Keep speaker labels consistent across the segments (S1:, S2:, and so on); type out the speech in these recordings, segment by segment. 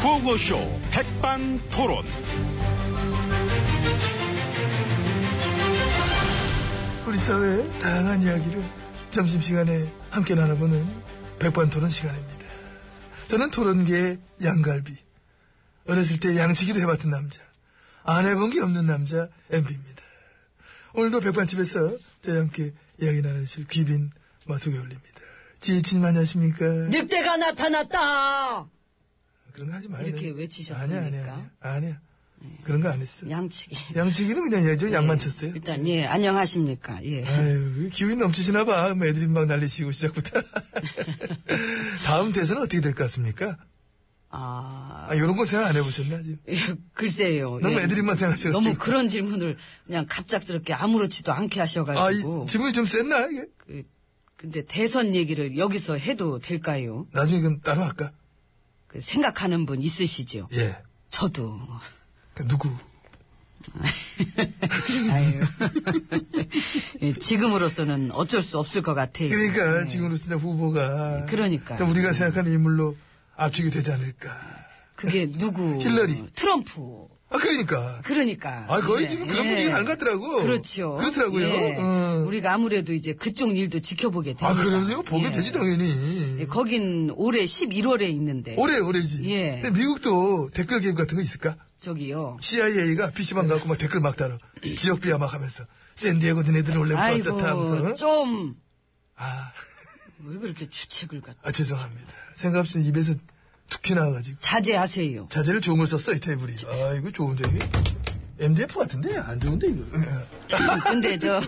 S1: 구호쇼 백반토론.
S2: 우리 사회의 다양한 이야기를 점심시간에 함께 나눠보는 백반토론 시간입니다. 저는 토론계의 양갈비. 어렸을 때 양치기도 해봤던 남자. 안 해본 게 없는 남자 MB입니다. 오늘도 백반집에서 저와 함께 이야기 나누실 귀빈 마속에 올립니다. 지혜진님 안녕하십니까?
S3: 늑대가 나타났다.
S2: 그런 거 하지 말아요.
S3: 이렇게 외치셨습니까? 네.
S2: 아니야, 아니야, 아니야. 아니야. 그런 거 안 했어.
S3: 양치기. 네.
S2: 양치기는 그냥 예, 저 양만 쳤어요.
S3: 일단 예 안녕하십니까. 예.
S2: 아유, 기운이 넘치시나 봐. 뭐 애들이 막 난리치고 시작부터. 다음 대선은 어떻게 될 것 같습니까?
S3: 아
S2: 아, 요런 거 생각 안 해보셨나, 지금?
S3: 예, 글쎄요.
S2: 너무
S3: 예.
S2: 애드립만 생각하셔가지고.
S3: 너무 그런 질문을 그냥 갑작스럽게 아무렇지도 않게
S2: 아, 이,
S3: 하셔가지고.
S2: 질문이 좀 셌나, 이게?
S3: 그, 근데 대선 얘기를 여기서 해도 될까요?
S2: 나중에 그럼 따로 할까?
S3: 그 생각하는 분 있으시죠?
S2: 예.
S3: 저도.
S2: 그 누구?
S3: 아유. 예, 지금으로서는 어쩔 수 없을 것 같아요.
S2: 그러니까,
S3: 예.
S2: 지금으로 서는 후보가.
S3: 그러니까요. 네.
S2: 또 우리가 생각하는 인물로 압축이 되지 않을까.
S3: 그게 누구?
S2: 힐러리.
S3: 트럼프.
S2: 아, 그러니까.
S3: 그러니까.
S2: 아, 거의
S3: 예,
S2: 지금 그런
S3: 예.
S2: 분위기는 안 같더라고.
S3: 그렇죠.
S2: 그렇더라고요.
S3: 예.
S2: 어.
S3: 우리가 아무래도 이제 그쪽 일도 지켜보게 됩니다.
S2: 아, 그럼요. 보게
S3: 예.
S2: 되지,
S3: 예,
S2: 당연히.
S3: 거긴 올해 11월에 있는데.
S2: 올해, 올해지.
S3: 예.
S2: 근데 미국도 댓글 게임 같은 거 있을까?
S3: 저기요.
S2: CIA가 PC방 가고 막 댓글 막 달아. 지역비하 막 하면서. 샌디에고 너네들 원래 부터 어떻다 하면서.
S3: 아이고,
S2: 어?
S3: 좀.
S2: 아,
S3: 왜 그렇게 주책을 갖
S2: 아, 죄송합니다. 생각 없이 입에서 툭 나와가지고.
S3: 자제하세요.
S2: 자재를 좋은 걸 썼어, 이 테이블이. 아이고, 좋은데, 이게? MDF 같은데? 안 좋은데, 이거.
S3: 근데 저,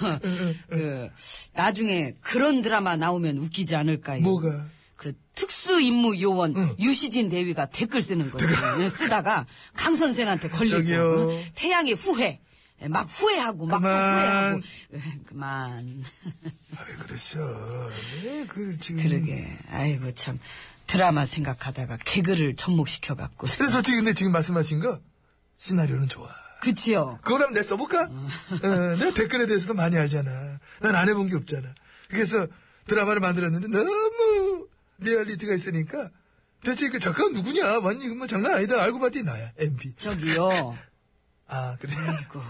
S3: 그, 나중에 그런 드라마 나오면 웃기지 않을까요?
S2: 뭐가?
S3: 그 특수 임무 요원 유시진 대위가 댓글 쓰는 거예요. 쓰다가 강 선생한테 걸리고
S2: 저기요.
S3: 어, 태양의 후회. 예, 막 후회하고 막 또
S2: 그만.
S3: 후회하고 예, 그만
S2: 아, 왜 그러셔. 왜, 그, 지금.
S3: 그러게 아이고 참 드라마 생각하다가 개그를 접목시켜 갖고
S2: 근데 솔직히 근데 지금 말씀하신 거, 시나리오는 좋아.
S3: 그치요
S2: 그걸 한번 내 써볼까?
S3: 음.
S2: 어, 내가 댓글에 대해서도 많이 알잖아. 난 안 해본 게 없잖아. 그래서 드라마를 만들었는데 너무 리얼리티가 있으니까 대체 그 작가가 누구냐? 완전 이거 뭐 장난 아니다. 알고 봤더니 나야. MP.
S3: 저기요
S2: 아, 그래.
S3: 아이고,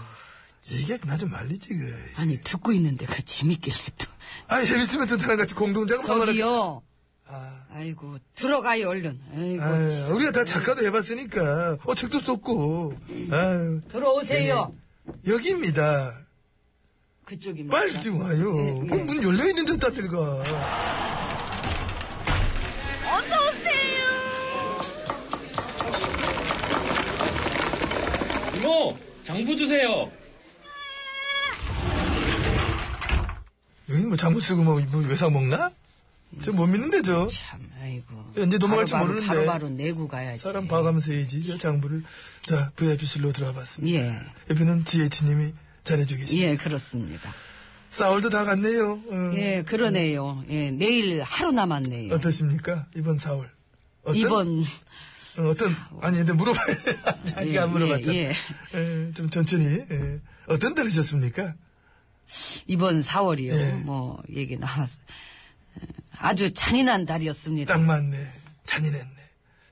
S2: 이게 나 좀 말리지, 그.
S3: 아니 듣고 있는데 그 재밌길래 또
S2: 아, 재밌으면 또 사람 같이 공동작업 한번 할까?
S3: 저기요
S2: 아,
S3: 아이고 들어가요 얼른 아이고
S2: 아유, 우리가 다 작가도 해봤으니까. 어, 책도 썼고. 아유. 네,
S3: 들어오세요
S2: 여기입니다.
S3: 그쪽입니다
S2: 빨리 좀 와요.
S3: 예, 예.
S2: 문 열려있는 데다 들가.
S4: 이모, 장부 주세요.
S2: 여긴 뭐 장부 쓰고 뭐, 뭐 외상 먹나? 저 못 믿는데 저
S3: 음, 참, 아이고.
S2: 야, 이제 넘어갈지
S3: 바로바로,
S2: 모르는데.
S3: 바로바로 내고 가야지.
S2: 사람 봐가면서 해야지 저 장부를 자 VIP실로 들어와봤습니다
S3: 예.
S2: 옆에는 GH님이 잘해주고 계십니다
S3: 예, 그렇습니다.
S2: 싸울도 다 갔네요 어,
S3: 예, 그러네요. 예, 내일 하루 남았네요.
S2: 어떠십니까 이번 4월 어떤?
S3: 이번,
S2: 어, 어떤 아니 근데 물어봐야 돼 아니
S3: 예,
S2: 안 물어봤잖아
S3: 예,
S2: 예, 좀 천천히 예. 어떤 달이셨습니까
S3: 이번 4월이요.
S2: 예.
S3: 뭐, 얘기 나왔어. 아주 잔인한 달이었습니다.
S2: 딱 맞네 잔인했네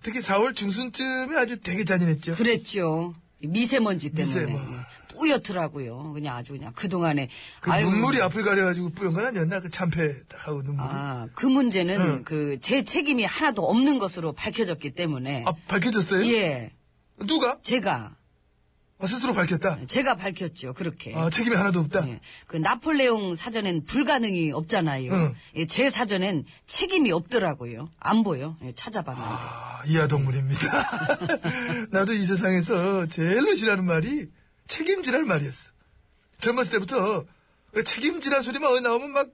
S2: 특히 4월 중순쯤에 아주 되게 잔인했죠
S3: 그랬죠. 미세먼지 때문에.
S2: 미세먼.
S3: 예, 뿌옇더라고요. 그냥 아주 그냥 그동안에.
S2: 그
S3: 아이고,
S2: 눈물이 앞을 가려가지고 뿌연 건 아니었나 그 참패 딱 하고 눈물이
S3: 아, 그 문제는
S2: 응.
S3: 그 제 책임이 하나도 없는 것으로 밝혀졌기 때문에.
S2: 아, 밝혀졌어요?
S3: 예,
S2: 누가?
S3: 제가.
S2: 아, 스스로 밝혔다?
S3: 제가 밝혔죠. 그렇게.
S2: 아, 책임이 하나도 없다?
S3: 예, 그 나폴레옹 사전엔 불가능이 없잖아요.
S2: 응.
S3: 예, 제 사전엔 책임이 없더라고요. 안 보여. 예, 찾아봤는데.
S2: 아, 이하동물입니다. 나도 이 세상에서 제일로 싫어하는 말이 책임지랄 말이었어. 젊었을 때부터 그 책임지랄 소리만 어디 나오면 막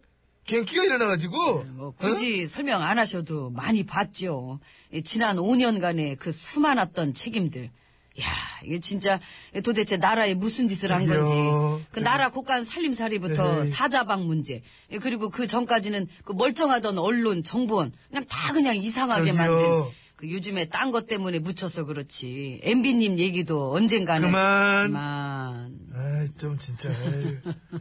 S2: 갱기가 일어나가지고.
S3: 뭐 굳이 설명 안 하셔도 많이 봤죠. 예, 지난 5년간의 그 수많았던 책임들. 야, 이게 진짜 도대체 나라에 무슨 짓을 한
S2: 저기요.
S3: 건지. 그
S2: 저기.
S3: 나라 국간 살림살이부터
S2: 에이.
S3: 사자방 문제. 예, 그리고 그 전까지는 그 멀쩡하던 언론, 정보원 그냥 다 그냥 이상하게
S2: 저기요.
S3: 만든. 그 요즘에 딴 것 때문에 묻혀서 그렇지. MB님 얘기도 언젠가는
S2: 그만.
S3: 그만.
S2: 어? 아이, 좀 진짜.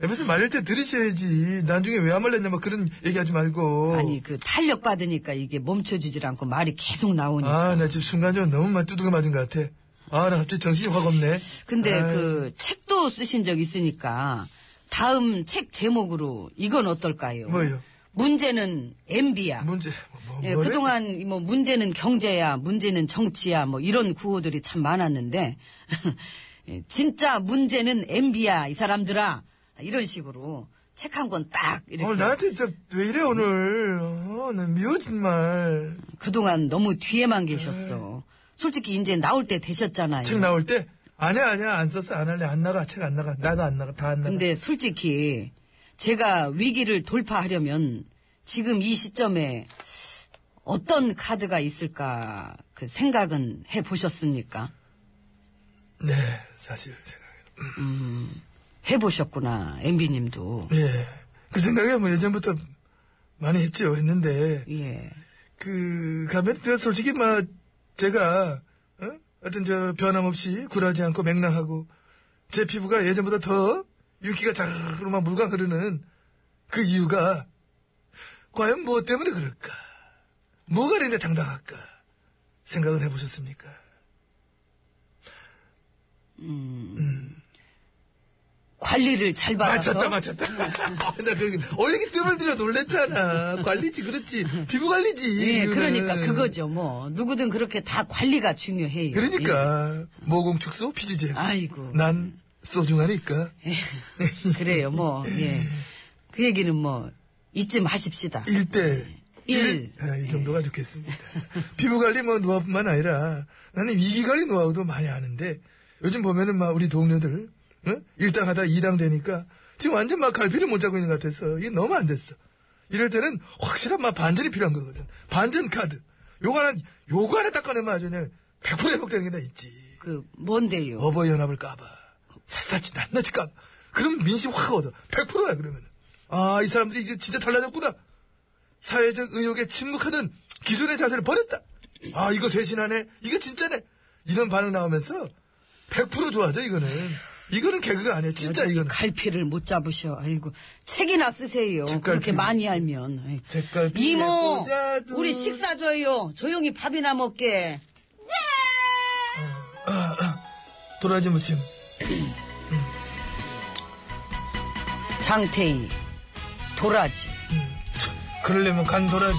S2: MS 말릴 때 들으셔야지. 나중에 왜 안 말렸냐 막 그런 얘기하지 말고.
S3: 아니 그 탄력 받으니까 이게 멈춰지질 않고 말이 계속 나오니까.
S2: 아, 나 지금 순간적으로 너무 막 두둥이 맞은 것 같아. 아, 나 갑자기 정신이 확 없네.
S3: 근데
S2: 아이,
S3: 그 책도 쓰신 적 있으니까 다음 책 제목으로 이건 어떨까요?
S2: 뭐요?
S3: 문제는 MB야.
S2: 문제, 뭐, 뭐,
S3: 예,
S2: 뭐래?
S3: 그동안 뭐 문제는 경제야, 문제는 정치야, 뭐 이런 구호들이 참 많았는데 예, 진짜 문제는 MB야 이 사람들아 이런 식으로 책 한 권 딱 이렇게
S2: 오늘 나한테 진짜 왜 이래, 오늘. 어, 나 미워, 정말.
S3: 그동안 너무 뒤에만 계셨어. 솔직히 이제 나올 때 되셨잖아요.
S2: 네. 책 나올 때, 아니야, 아니야, 안 썼어, 안 할래, 안 나가, 책 안 나가. 나도 안 나가, 다 안 나가.
S3: 근데 솔직히 제가 위기를 돌파하려면 지금 이 시점에 어떤 카드가 있을까 그 생각은 해 보셨습니까?
S2: 네, 사실, 생각해.
S3: 해 보셨구나, MB님도.
S2: 예. 그 생각에 뭐 예전부터 많이 했죠, 했는데.
S3: 예.
S2: 그, 가면, 내가 솔직히, 막, 제가, 어? 하여튼, 저, 변함없이 굴하지 않고 맹랑하고, 제 피부가 예전보다 더 윤기가 자르르 막 물과 흐르는 그 이유가, 과연 뭐 때문에 그럴까? 뭐가 이래 당당할까? 생각은 해보셨습니까?
S3: 관리를 잘 받아서
S2: 맞췄다, 맞췄다. 나 그, 어, 이렇게 뜸을 들여 놀랬잖아. 관리지, 그렇지. 피부 관리지.
S3: 예, 그러니까
S2: 이거는.
S3: 그거죠. 뭐 누구든 그렇게 다 관리가 중요해요. 예.
S2: 그러니까, 모공 축소, 피지 제거.
S3: 아이고. 예.
S2: 난 소중하니까.
S3: 그래요. 뭐 예. 그 얘기는 뭐 잊지 마십시다.
S2: 1대
S3: 일. 예.
S2: 1. 이 정도가 좋겠습니다. 피부 관리 뭐 노하뿐만 아니라 나는 위기 관리 노하우도 많이 아는데 요즘 보면은 막 우리 동료들 어? 1당 하다 2당 되니까 지금 완전 막 갈피를 못 잡고 있는 것 같아서 이게 너무 안 됐어. 이럴 때는 확실한 막 반전이 필요한 거거든. 반전 카드. 요거 하나, 요거 하나 딱 꺼내면 아주 그냥 100% 회복되는 게 다 있지.
S3: 그 뭔데요?
S2: 어버이 연합을 까봐. 샅샅이 낱낱이 까봐. 그럼 민심 확 얻어. 100%야, 그러면. 아, 이 사람들이 이제 진짜 달라졌구나. 사회적 의혹에 침묵하던 기존의 자세를 버렸다. 아, 이거 쇄신하네. 이거 진짜네. 이런 반응 나오면서 100% 좋아져, 이거는. 이거는 개그가 아니야. 진짜 이거는.
S3: 갈피를 못 잡으셔. 아이고 책이나 쓰세요.
S2: 책갈피.
S3: 그렇게 많이 알면. 아이고.
S2: 책갈피
S3: 이모,
S2: 예쁘자두.
S3: 우리 식사 줘요. 조용히 밥이나 먹게.
S2: 도라지 무침.
S3: 장태희, 도라지.
S2: 그러려면 간 도라지.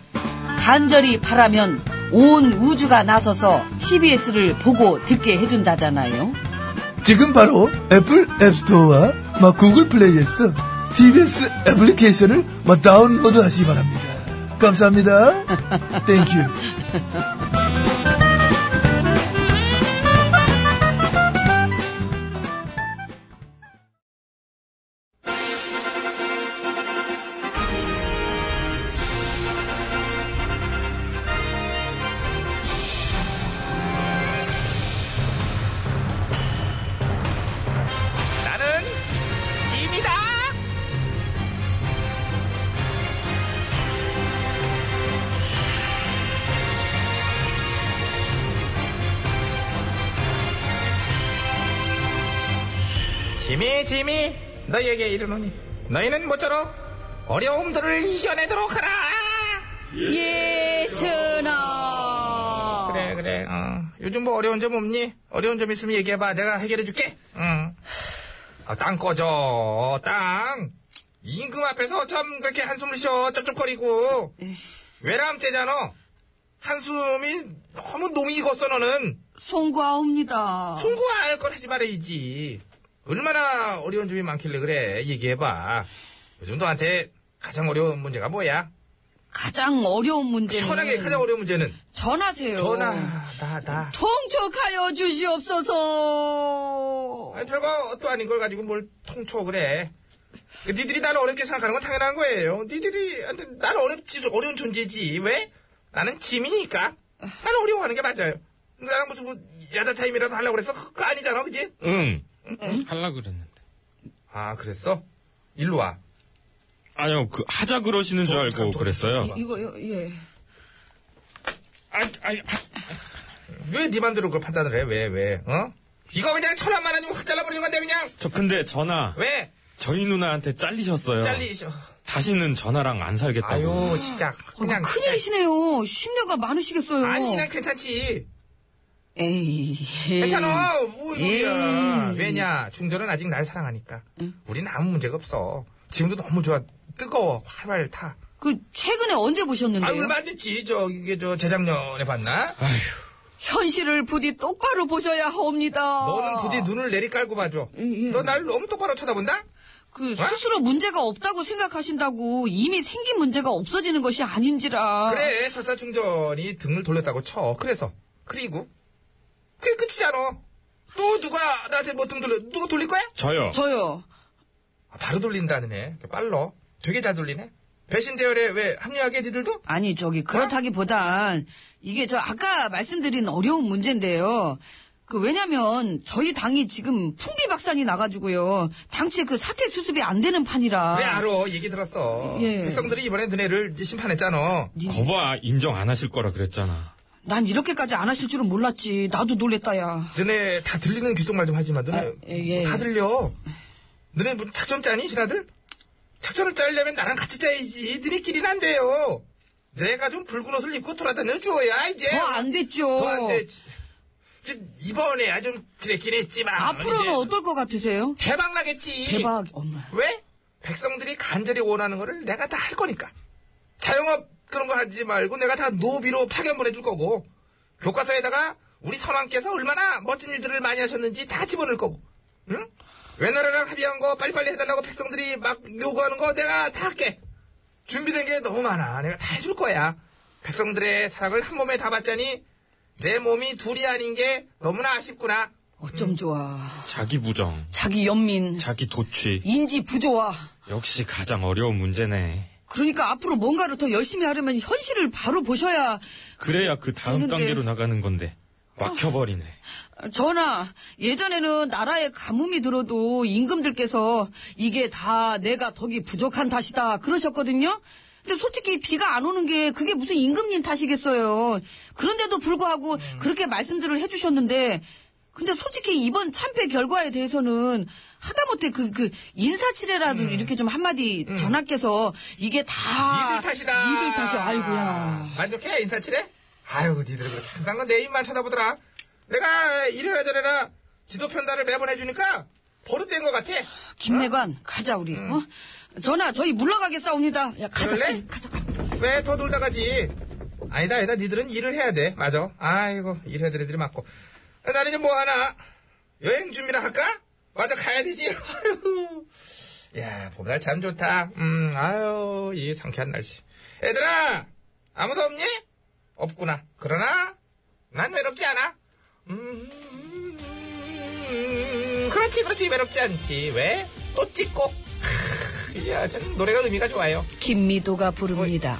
S3: 간절히 바라면 온 우주가 나서서 TBS를 보고 듣게 해준다잖아요.
S2: 지금 바로 애플 앱스토어와 막 구글 플레이에서 TBS 애플리케이션을 막 다운로드 하시기 바랍니다. 감사합니다. 땡큐.
S1: 나는 짐이다.
S5: 짐이 짐이 너희에게 이르노니 너희는 모쪼록 어려움들을 이겨내도록 하라
S3: 예, 전하.
S5: 그래 그래 어. 요즘 뭐 어려운 점 없니? 어려운 점 있으면 얘기해봐 내가 해결해줄게 응. 아, 땅 꺼져 땅 임금 앞에서 참 그렇게 한숨을 쉬어 쩝쩝거리고 외람 때잖아 한숨이 너무 농익었어 너는
S3: 송구하옵니다.
S5: 송구할 건 하지 말아야지. 얼마나 어려운 점이 많길래 그래. 얘기해봐. 요즘 너한테 가장 어려운 문제가 뭐야?
S3: 가장 어려운 문제는
S5: 시원하게 가장 어려운 문제는
S3: 전하세요.
S5: 전화, 나, 나.
S3: 통촉하여 주시옵소서.
S5: 아니, 별거 또 아닌 걸 가지고 뭘 통초 그래. 그 니들이 나를 어렵게 생각하는 건 당연한 거예요. 니들이 한테 나를 어렵지 어려운 존재지. 왜? 나는 짐이니까. 나는 어려워하는 게 맞아요. 나랑 무슨 뭐 야자 타임이라도 하려고 그랬어? 그거 아니잖아, 그지?
S6: 응. 할라 그랬는데.
S5: 아, 그랬어? 일로 와.
S6: 아니요, 그, 하자 그러시는 줄 알고 그랬어요.
S3: 이거 요- 예.
S6: 아, 아니, 아,
S5: 왜 네 맘대로 그걸 판단을 해? 왜, 왜? 어? 이거 그냥 천원만 아니면 확 잘라버리는 건데, 그냥!
S6: 저 근데 전화,
S5: 왜?
S6: 저희 누나한테 잘리셨어요.
S5: 잘리셔.
S6: 다시는 전화랑 안 살겠다고.
S5: 아유, 진짜. 그냥.
S3: 어, 뭐 큰일이시네요. 심려가 많으시겠어요.
S5: 아니, 난 괜찮지.
S3: 에이. 예.
S5: 괜찮아. 뭔 소리야.
S3: 에이.
S5: 왜냐. 중전은 아직 날 사랑하니까. 우린 아무 문제가 없어. 지금도 너무 좋아. 뜨거워. 활활 타.
S3: 그 최근에 언제 보셨는데요? 아.
S5: 아, 얼마 안 됐지. 저, 이게 저, 재작년에 봤나?
S3: 현실을 부디 똑바로 보셔야 합니다.
S5: 너는 부디 눈을 내리 깔고 봐줘.
S3: 예, 예.
S5: 너 날 너무 똑바로 쳐다본다?
S3: 그
S5: 어?
S3: 스스로 문제가 없다고 생각하신다고 이미 생긴 문제가 없어지는 것이 아닌지라.
S5: 그래, 설사 충전이 등을 돌렸다고 쳐. 그래서. 그리고. 그게 끝이잖아. 또 누가 나한테 뭐 등 돌려, 누가 돌릴 거야?
S6: 저요.
S3: 저요.
S5: 아, 바로 돌린다는 애. 그러니까 빨라. 되게 잘 돌리네. 배신 대열에 왜 합류하게 니들도?
S3: 아니 저기 그렇다기보단 이게 저 아까 말씀드린 어려운 문제인데요. 그 왜냐면 저희 당이 지금 풍비박산이 나가지고요. 당최 그 사태 수습이 안 되는 판이라.
S5: 그래, 알어. 얘기 들었어.
S3: 아. 예.
S5: 백성들이 이번에 너네를 이제 심판했잖아.
S6: 거봐, 인정 안 하실 거라 그랬잖아.
S3: 난 이렇게까지 안 하실 줄은 몰랐지. 나도 놀랬다야.
S5: 너네 다 들리는 귓속말 좀 하지 마. 너네
S3: 아, 예, 예.
S5: 다 들려. 너네 뭐 작전 짜니, 신하들? 작전을 짜려면 나랑 같이 짜야지. 너네끼리는 안 돼요. 내가 좀 붉은 옷을 입고 돌아다녀 주어야, 이제.
S3: 더 안 됐죠.
S5: 더안
S3: 어.
S5: 되지. 이제 이번에야 좀 그랬긴 했지만.
S3: 앞으로는
S5: 아, 이제
S3: 어떨 것 같으세요?
S5: 대박 나겠지.
S3: 대박, 엄마.
S5: 왜? 백성들이 간절히 원하는 거를 내가 다 할 거니까. 자영업 그런 거 하지 말고 내가 다 노비로 파견 보내줄 거고. 교과서에다가 우리 선왕께서 얼마나 멋진 일들을 많이 하셨는지 다 집어넣을 거고. 응? 외나라랑 합의한 거 빨리빨리 해달라고 백성들이 막 요구하는 거 내가 다 할게. 준비된 게 너무 많아. 내가 다 해줄 거야. 백성들의 사랑을 한 몸에 다 받자니 내 몸이 둘이 아닌 게 너무나 아쉽구나.
S3: 어쩜 좋아.
S6: 자기 부정,
S3: 자기 연민,
S6: 자기 도취.
S3: 인지 부조화.
S6: 역시 가장 어려운 문제네.
S3: 그러니까 앞으로 뭔가를 더 열심히 하려면 현실을 바로 보셔야
S6: 그래야 그 다음
S3: 되는데.
S6: 단계로 나가는 건데. 막혀버리네.
S3: 전하, 예전에는 나라에 가뭄이 들어도 임금들께서 이게 다 내가 덕이 부족한 탓이다 그러셨거든요. 근데 솔직히 비가 안 오는 게 그게 무슨 임금님 탓이겠어요. 그런데도
S5: 음.
S3: 불구하고 그렇게 말씀들을 해주셨는데, 근데 솔직히 이번 참패 결과에 대해서는 하다못해 그, 그,
S5: 음.
S3: 인사치레라도 이렇게 좀 한마디 전하께서 이게 다.
S5: 니들 음. 탓이다.
S3: 아, 니들 탓이, 아이고야.
S5: 만족해, 인사치레? 아유, 니들 그렇게 항상 그내 입만 쳐다보더라. 내가 이래라 저래라 지도 편달을 매번 해주니까 버릇된 것 같아.
S3: 김내관, 가자, 우리. 어? 전하, 저희 물러가게 싸웁니다. 야, 가자.
S5: 그럴래?
S3: 가자.
S5: 왜 더 놀다 가지? 아니다, 아니다, 니들은 일을 해야 돼. 맞아. 아이고, 일해야 될 애들이 맞고. 나는 이제 뭐 하나? 여행 준비나 할까? 맞아, 가야 되지. 아유. 야, 봄날 참 좋다. 음, 아유, 이 상쾌한 날씨. 얘들아! 아무도 없니? 없구나. 그러나, 난 외롭지 않아. 음, 그렇지, 그렇지, 외롭지 않지. 왜? 또 찍고. 크, 야, 참, 노래가 의미가 좋아요.
S3: 김미도가 부릅니다.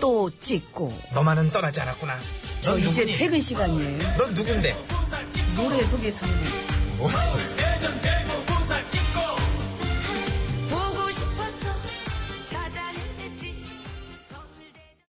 S3: 또 찍고.
S5: 너만은 떠나지 않았구나.
S3: 저
S5: 넌
S3: 이제
S5: 누구니?
S3: 퇴근 시간이에요.
S5: 넌 누군데?
S3: 노래 소개 상담.
S5: 뭐?